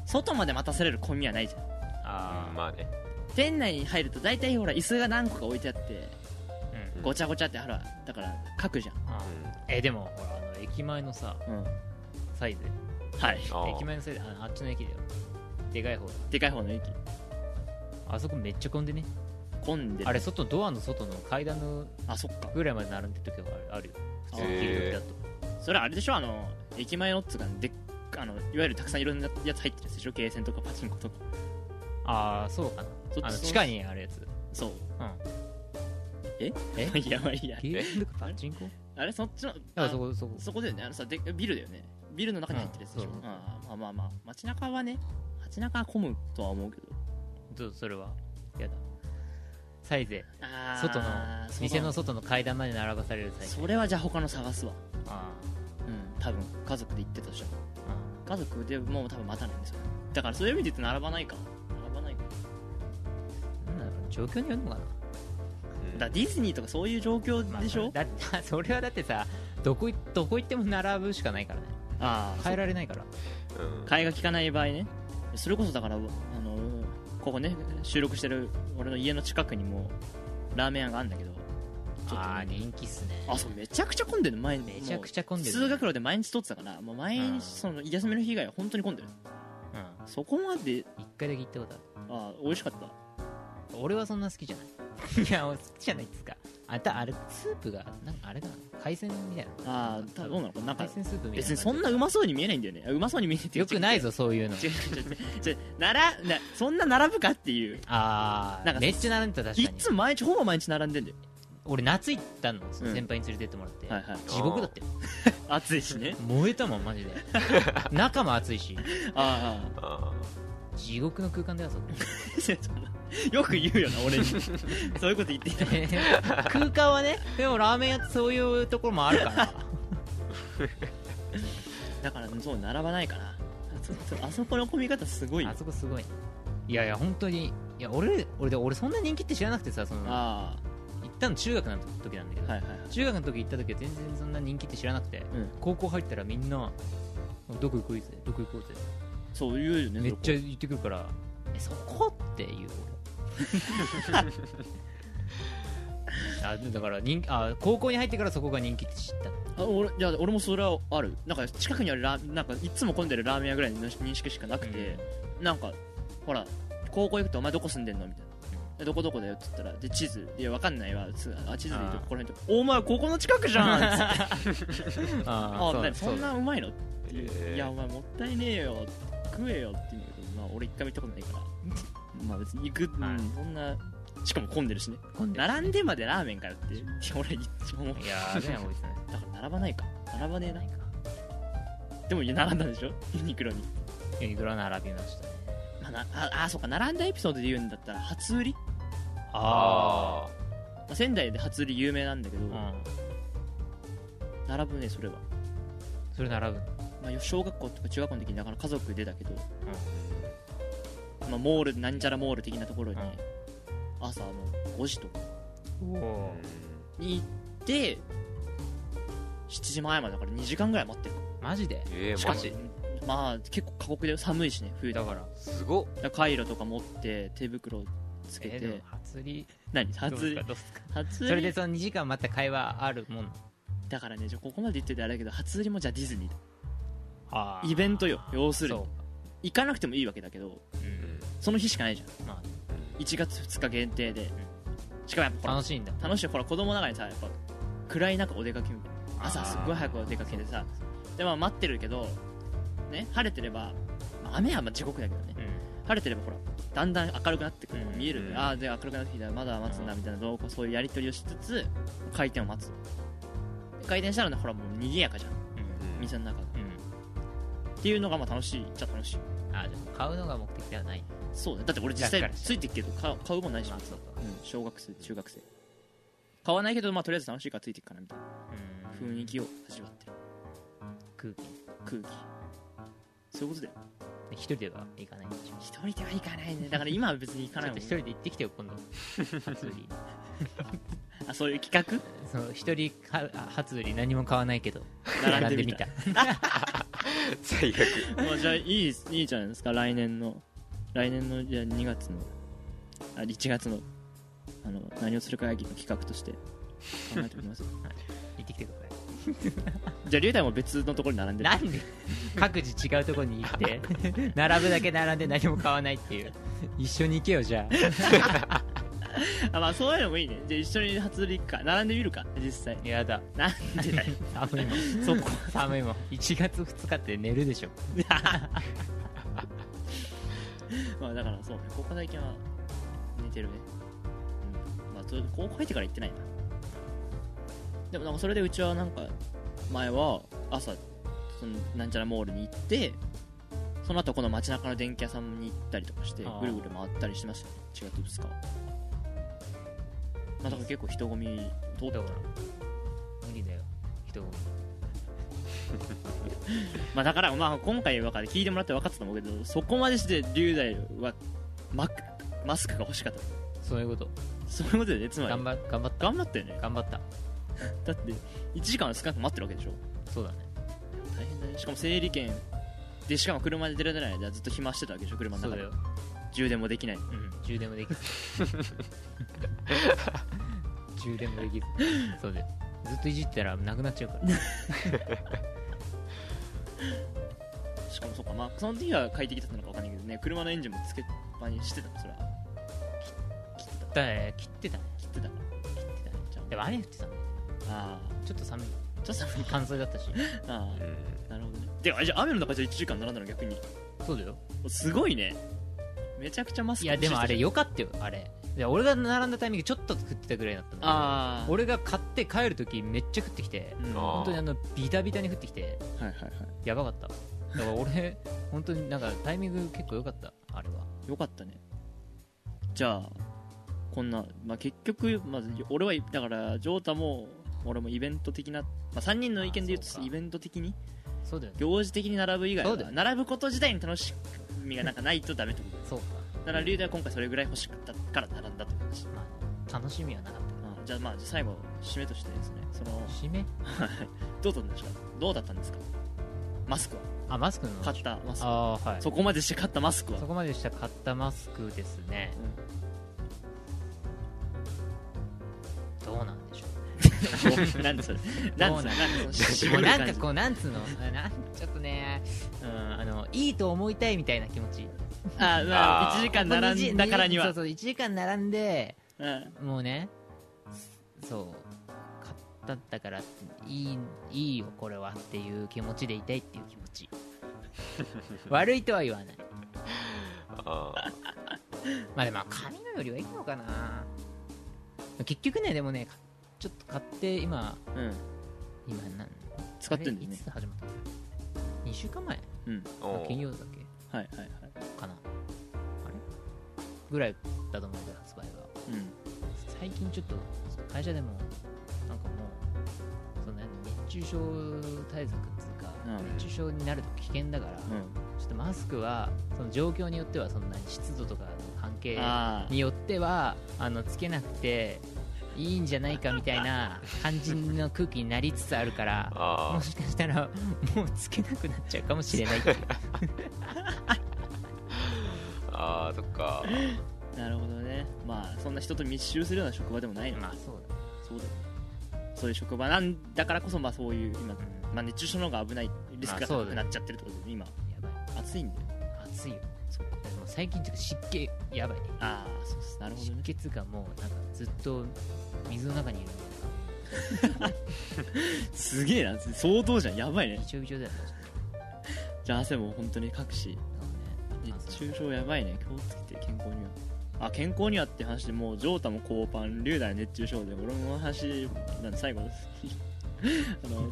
外まで待たされる混みはないじゃんあまあね店内に入ると大体ほら椅子が何個か置いてあってあうんごちゃごちゃってほらだから書くじゃあーえでもほらあの駅前のさん、うん、サイズはいあー駅前のサイズあのあっちの駅だよでかい方だでかい方の駅あそこめっちゃ混んでね混んでるあれ外ドアの外の階段のあそっかぐらいまで並んでる時があるあるよ普通あにー昼時だとそれあれでしょあの駅前のっつうかでっあのいわゆるたくさんいろんなやつ入ってるやつでしょゲーセンとかパチンコとかああそうかなそあのそ地下にあるやつそう ええいやまあいいやゲームとかパチンコあれそっちのああそこそこそこだよねあのさでビルだよねビルの中に入ってるやつでしょ、うんそうああまあまあまあ街中はね街中は混むとは思うけどどそれはやだサイゼあー外のそうだ店の外の階段まで並ばされるサイゼそれはじゃあ他の探すわあうん多分家族で行ってたとしたらー家あ族でもう多分待たないんですよだからそういう意味で言うと並ばないか並ばないかーなんだろう状況によるのかなうんだからディズニーとかそういう状況でしょ、まあそれだそれはだって さどこいどこ行っても並ぶしかないからねああ変えられないからうん替えが利かない場合ねそれこそだからあのここね収録してる俺の家の近くにもラーメン屋があるんだけどちょっとああね人気っすねあそうめちゃくちゃ混んでる前にめちゃくちゃ混んでるねもう通学路で毎日通ってたからもう毎うん日その休みの日以外は本当に混んでるうんそこまで一回だけ行ったことああ美味しかったる俺はそんな好きじゃない いや俺好きじゃないっつうかあたあれスープがなんかあれかな海鮮みたいなああどうなのかなんか海鮮スープみたいな別にそんなうまそうに見えないんだよねあうまそうに見えないってよくないぞそういうの違う違う違う違うならなそんな並ぶかっていうあなんかあめっちゃ並んでた確いかにつも毎日ほぼ毎日並んでんだよ俺夏行ったのうん先輩に連れてってもらって、はいはい地獄だったよ暑いしね燃えたもんマ ジで中も暑いしあああ地獄の空間だよそこよく言うよな 俺にそういうこと言っていた 空間はねでもラーメン屋ってそういうところもあるからだからそう並ばないかなあそあそこの混み方すごいよあそこすごいいやいや本当にいや俺俺で俺そんな人気って知らなくてさその行あったの中学の時なんだけあど、はいはいはい中学の時行った時は全然そんな人気って知らなくて、うん高校入ったらみんなどこ行こうぜどこ行こうぜそう言うよねめっちゃゃ言ってくるからえそこっていう俺 あだから人気あ高校に入ってからそこが人気って知ったあ俺いや俺もそれはあるなんか近くにあるラーなんかいつも混んでるラーメン屋ぐらいの認識しかなくて、なんかほら高校行くと「お前どこ住んでんの?」みたいな「えどこどこだよ」っつったら「で地図いやわかんないわ」つあ地図で言うとあーここら辺と「お前ここの近くじゃん」っつってあ あそあ、んなそそんうだ。なうまいのっていう、へーいやお前もったいねえよ食えよって言うんだけどまあ俺一回も行ったことないから まあ別に行く、うんはいそんなしかも混んでるしね混んでる並んでまでラーメンからって いや俺一番思ういやー、ね、多いですね。だから並ばないか並ばねえないか。なでもいや並んだんでしょユニクロに、ユニクロ並びましたね。まあ、なああそうか並んだエピソードで言うんだったら初売り、ああまあ、仙台で初売り有名なんだけど、あ。うん。並ぶねそれは、それ並ぶ。まあ、小学校とか中学校の時にだから家族でだけど、まあ、モールなんちゃらモール的なところにうん朝の5時とかおーおに行って7時前までだから2時間ぐらい待ってるマジでえしー、かマもジまあ結構過酷で寒いしね冬だだかから。すごっらだからカイロとか持って手袋つけえて、ー、でも初売り。何どう初す売かりどうすか初そ売れでりその2時間待った会話あるもん。だからねじゃあここまで言っててあれだけど初売りもじゃあディズニーだあーイベントよ要するにそ行かなくてもいいわけだけどう。う。うんんその日しかないじゃまん1月2日限定でしかもやっあ、ぱほ楽しいんだ。ら楽しいほら子供ながらにさやっぱ暗い中お出かけみたいな朝あーすっごい早くお出かけでさでまあ待ってるけどね晴れてれば、まあ雨はまあ地獄だけどねうん。晴れてればほらだんだん明るくなってくるのうがん見える、うんああで明るくなってきたまだ待つんだみたいなどうこうそういうやり取りをしつつ開店を待つ開店したらねほらもう賑やかじゃんうん店の中がうん。っていうのがまあ楽しいっちゃ楽しいうん。あー、じゃあ買うのが目的ではない。そうねだって俺実だか際らついてっけど買う買うもんないし、まあ、そううか。ん小学生中学生買わないけどまあとりあえず楽しいからついてっかなみたいなうん。雰囲気を味わってる空気。空気そういうことだよ一人では行かないんでしょ一人では行かないねだから今は別に行かなちいょっもんと一人で行ってきてよ今度初売 りあそういう企その一人はあ初売り何も買わないけど画並んでみた並最悪もうじゃあいいいいじゃないですか来年の来年のじゃあ2月のあ1月のあの何をするか会議の企画として考えておきます 行ってきてくださじゃあ龍太も別のところに並んいでるなんで各自違うところに行って 並ぶだけ並んで何も買わないっていう一緒に行けよじゃあまあそういうのもいいねじゃあ一緒に初売り行くか並んでみるか実際あやだなんでだよ寒いもんそこ寒いもん1月2日って寝るでしょまあだからそうねここ最近は寝てるねうんまあそう高校入ってから行ってないなでもなんかそれでうちはなんか前は朝そのなんちゃらモールに行ってその後この街中の電気屋さんに行ったりとかしてあーぐるぐる回ったりしてましたね4月2日はまあだから結構人混み通っどたうかな無理だよ人混みまあだからまあ今回分かる聞いてもらって分かったと思うけどそこまでして龍大はマクマスクが欲しかったそういうことそういうことでねつまり頑張頑張った頑張ったよね頑張っただって1時間は少なく待ってるわけでしょそうだね大変だねしかも整理券でしかも車で出られない間ずっと暇してたわけでしょ車のそう中だでよ充電もできないうん、充電もで きず充電もできずそうでずっといじってたらなくなっちゃうからしかもそうかまあその時は快適だったのかわかんないけどね車のエンジンもつけっぱにしてたそれはき切ってただから切ってたね切ってた切ってたねじゃでも雨降ってたんだよああちょっと寒いーちょっと寒い乾燥だったしあうんあなるほどねであじゃあ雨の中じゃ1時間並んだの逆にそうだよすごいねめちゃくちゃマスクいやでもあれよよかったよあれで俺が並んだタイミングちょっと食ってたぐらいだったんだけどああ俺が買って帰るときめっちゃ食ってきてうんあーは本当にあのビタビタに降ってきていはいはいやばかっただから俺 本当になんかタイミング結構良かったあれはよかったねじゃあこんな、まあ、結局、まず俺はだからジョータも俺もイベント的な、まあ、3人の意見で言うあそうとかイベント的にそうだよね行事的に並ぶ以外そはうだよ並ぶこと自体に楽しみがなんかないとダメってことそうかだから龍大は今回それぐらい欲しかったから並んだって話、まあ楽しみはなかったうんじゃあまあ最後締めとしてですねその けど締めどうだったんですかどうだったんですかマスクはあマスクの買ったマスクああはいそこまでして買ったマスクは そこまでした買ったマスクですねどうなんでしょうんなんでそれなんでそうれもうななんんでそかのこうなんつうのあなんちょっとねうんあのいいと思いたいみたいな気持ちあまああー1時間並んだからにそうはそう1時間並んでうんもうねそう買ったんだからいいいいよこれはっていう気持ちでいたいっていう気 持ち悪いとは言わないあーまあでも紙のよりはいいのかな結局ねでもねかちょっと買って今うん今なん使ってんだよねあれいつ始まった2週間前うんお金ー曜だっけはいはいはいかなあれぐらいだと思うんだよ発売がうん最近ちょっと会社でもなんかもうその熱中症対策っていうか、うん熱中症になると危険だから、うんちょっとマスクはその状況によってはそんなに湿度とかの関係あによってはあのつけなくていいんじゃないかみたいな感じの空気になりつつあるからもあしかしたらもうつけなくなっちゃうかもしれない っていうーあーそっかあなるほどねまあそんな人と密集するような職場でもないのまかあそうそうだよねそういう職場なんだからこそまあそういう今、だ、うんまあ、熱中症の方が危ないリスクがまあそ高うだくねなっちゃってるってことで今やばい暑いんだよ暑いよでも最近ちょっと湿気やばいねああそうっすなるほど湿ね気っつうかもうなんかずっと水の中にいるみすげえな相当じゃんやばいたいねなびちょびちょだよねじゃあ汗も本当にかくしなんかね熱中症やばいね気をつけて健康にはあ健康にはって話でもうジョータも高パン龍大熱中症で俺も話なんで最後です あの うん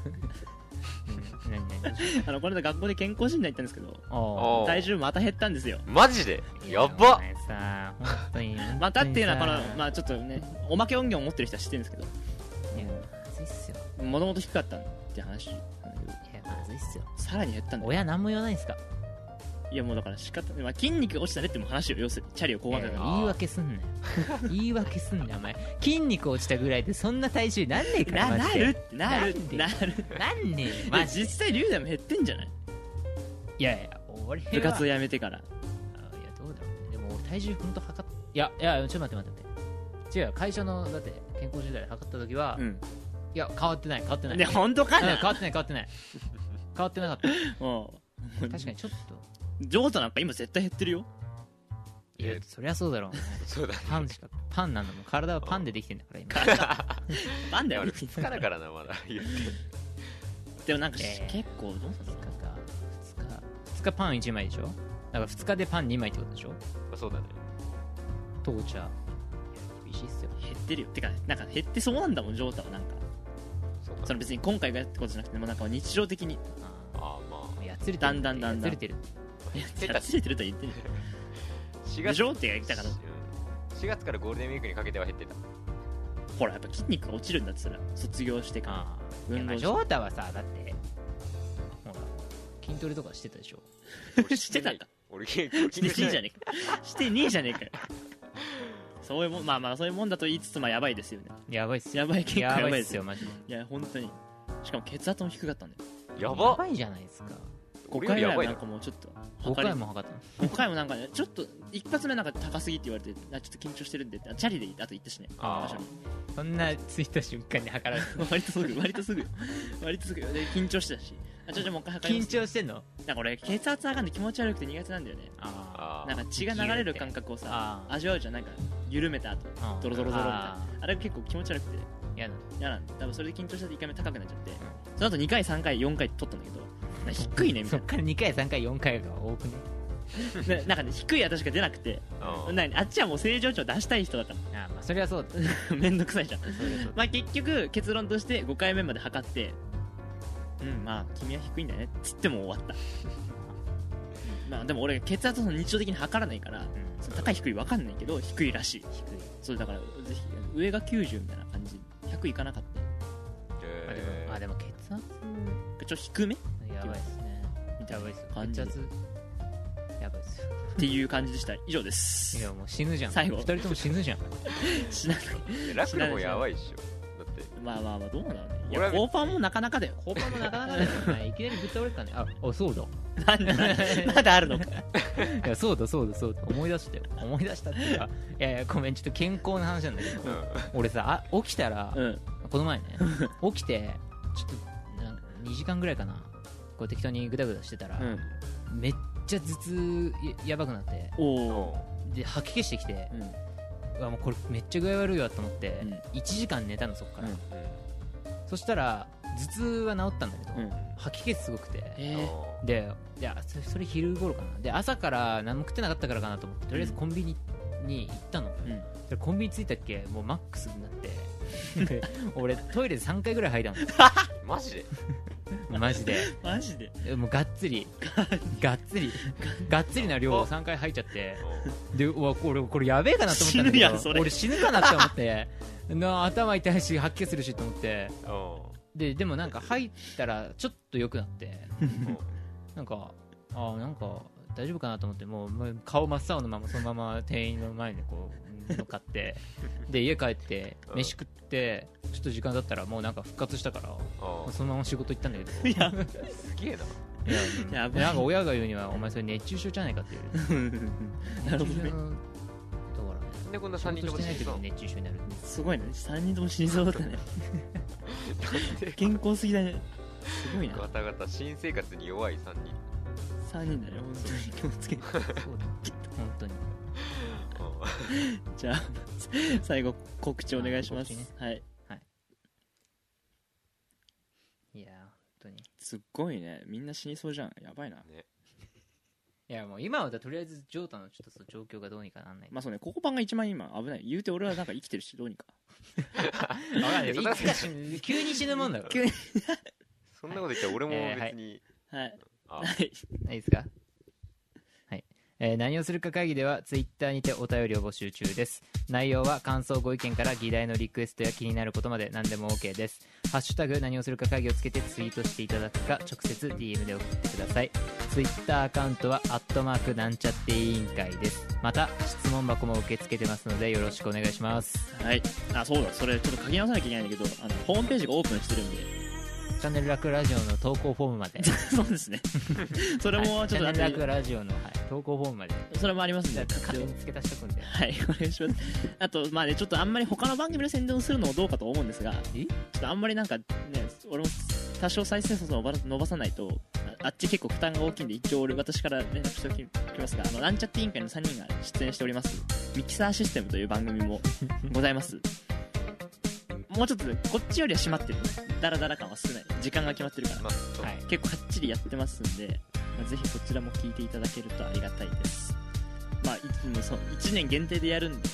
何何何あのこの間学校で健康診断行ったんですけどあおー体重また減ったんですよマジであやばお前さ本当 にまたっていうのはこの本当にさまあちょっとねおまけ音源を持ってる人は知ってるんですけどいやまずいっすよもともと低かったって話なんだけどいやまずいっすよさらに減ったんだよ親何も言わないんすかいやもうだから仕方ない、まあ、筋肉落ちたねっても話を要するにチャリをこういまやけたから言い訳す んなよ言い訳すんなよお前筋肉落ちたぐらいでそんな体重なんねえかならマなジでるってなるなんでなるなんねえよまマあジで実際龍大も減ってんじゃないいやいや俺は部活を辞めてからあいやどうだろうねでも俺体重本当測っいやいやちょっと待って待って待って違うよ会社のだって健康診断で測った時は、うんいや変わってない変わってない、でうん本当か変なわってない変わってない変わってなかったもう確かにちょっジョータなんか今絶対減ってるよといやえそりゃそうだろうそうだパンしかパンなんだもん体はパンでできてんだから今なんだねよ俺2日だからな まだ言ってでもなんか、えー結構どうすん2の日か2日2日パン1枚でしょだから2日でパン2枚ってことでしょまあそうだねとお茶いや厳しいっすよ減ってるよてかなんか減ってそうなんだもんジョータはなんかそうかその別に今回がやったことじゃなくてもうなんか日常的にああーまーやつれてるだんだんだんだんやつれてる出やたつれてるとは言ってないあ4で月ジョータが言ってたからうん4月からゴールデンウィークにかけては減ってたほらやっぱ筋肉が落ちるんだっつったら卒業してからああ運動いやまあしジョータはさだってほら筋トレとかしてたでしょ俺してたんだ俺結構してねえじゃねえかしてねえじゃねえかよそういうもんまあまあそういうもんだと言いつつまあやばいですよねやばいっすよやばい結構やばいっですよマジでいや本当にしかも血圧も低かったんだよややばばいじゃないですか5俺よ回りぐらやいはばいなんなかもうちょっと5測れ回も測ったの5回もなんかねちょっと一発目なんか高すぎって言われてあちょっと緊張してるんであチャリであと行ったしねあー確かそんな着いた瞬間に測 られに割とすぐ割とすぐよ割とすぐよで緊張してたしあちょちょもう一回た測りま緊す張してんのなんか俺血圧上がんで気持ち悪くて苦手なんだよねああなんーか血が流れる感覚をさあ味わうじゃんなんか緩めた後あドロドロドロみたいなああれが結構気持ち悪くてーやだ嫌なんで多分それで緊張してて1回目高くなっちゃって、その後2回3回4回取ったんだけどなんか低いねみたそいっから2回3回4回が多くねなななんかね低い私が出なくてうんなにあっちはもう正常値を出したい人だったあーまあそれはそうだの めんどくさいじゃんそれはそうだまあ結局結論として5回目まで測ってうんまあ君は低いんだねっつっても終わ ったまあでも俺血圧を日常的に測らないからうんその高い低い分かんないけど低いらしい低いそれだからぜひ上が90みたいな感じ100いかなかったあでもあえでも血ち圧ょっと低めやばいっすねみたやいなばいっすよ感血じで圧やばいっすよっていう感じでした以上でいやすもう死ぬじゃん最後2人とも死ぬ じゃんしなーラクの方やばいっしょだって まあまあまあどうなのねい俺やはコーパンもなかなかだよ交番もなかなかだよお前いきなりぶっ倒れるからねああそうだ なんだまだあるのかいやそうだそうだそうだ思い出したよ思い出したっていうかいやいやごめんちょっと健康の話なんだけどうん俺さあ起きたら、うんこの前ね起きてちょっとなん2時間ぐらいかなこう適当にグダグダしてたら、うんめっちゃ頭痛ややばくなっておおおうで吐き気してきてうんうわもうこれめっちゃ具合悪いわと思って、うん1時間寝たのそっから、うんうんそしたら頭痛は治ったんだけど、うん吐き気すごくてえーおうでいやそれそれ昼頃かなで朝から何も食ってなかったからかなと思ってとりあえずコンビニに行ったの、うんでコンビニ着いたっけもうマックスになってで俺トイレで3回ぐらい吐いたマジでのマジでマジででもうがっつ りがっつりがっつりな量を3回吐いちゃってでうわ俺これやべえかなと思った死んだぬけやんどそれ俺死ぬかなって思って な頭痛いし吐き気するしと思っておうおででもなんか入ったらちょっと良くなって うなんかあーなんか大丈夫かなと思ってもうま顔真っ青のままそのまま店員の前にこう乗っ かってで家帰ってうん飯食ってちょっと時間だったらもうなんか復活したから おうそのまま仕事行ったんだけど いやすげえないやうんやばいでなんか親が言うにはお前それ熱中症じゃないかって言われて なるほど熱中ね症のだからねなんでこんな仕3人事ともしてない死にけそうど熱中症になるすごいね3人とも死にそうだねなんで健康すぎだねすごいなガタガタ新生活に弱い3人3人だね本当に気をつけてそうだ本当におうじゃあ最後告知お願いします、あ告はいいや本当にすっごいねみんな死にそうじゃんやばいなはいやもう今はとりあえずジョータのちょっとその状況がどうにかなんないまあそうねここパンが一番今危ない言うて俺はなんか生きてるしどうにかあわかんないいやそいんなつか死ぬ急に死ぬもんだろ急 にそんなこと言ったら俺もえーはい別にはいあはいないですかはい、えー何をするか会議ではツイッターにてお便りを募集中です内容は感想ご意見から議題のリクエストや気になることまで何でも OK ですハッシュタグ何をするか会議をつけてツイートしていただくか直接 DM で送ってくださいツイッターアカウントはアットマークなんちゃって委員会ですまた質問箱も受け付けてますのでよろしくお願いしますはいあそうだそれちょっと書き直さなきゃいけないんだけどあのホームページがオープンしてるんで チャンネルラクラジオの投稿フォームまでそうです ねそれはもいちチょャっンとネあルとラクラジオの、はい、投稿フォームまでそれもありますんじゃであ勝手に付け足しとくんではいお願いしますあとまあねちょっとあんまり他の番組の宣伝をするのもどうかと思うんですがえちょっとあんまりなんかね俺も多少再生数を伸ば伸ばさないとああっち結構負担が大きいんで一応俺私から連絡しておきますがあのランチャット委員会の3人が出演しておりますミキサーシステムという番組もございますもうちょっとねこっちよりは締まってるダラダラ感は少ない時間が決まってるからまあそうはい結構かっちりやってますんで、まあ、ぜひこちらも聞いていただけるとありがたいですまあいうんそう1年限定でやるんで、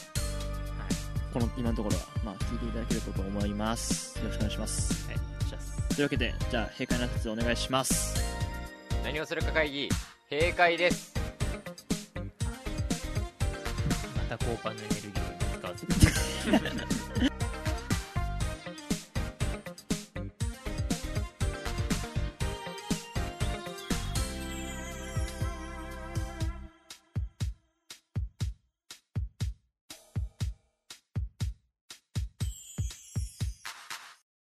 この今のところは、まあ、聞いていただけるとと思いますよろしくお願いしますはいじゃあというわけでじゃあ閉会の挨拶お願いします何をするか会議閉会ですまた交換のエネルギーを使わず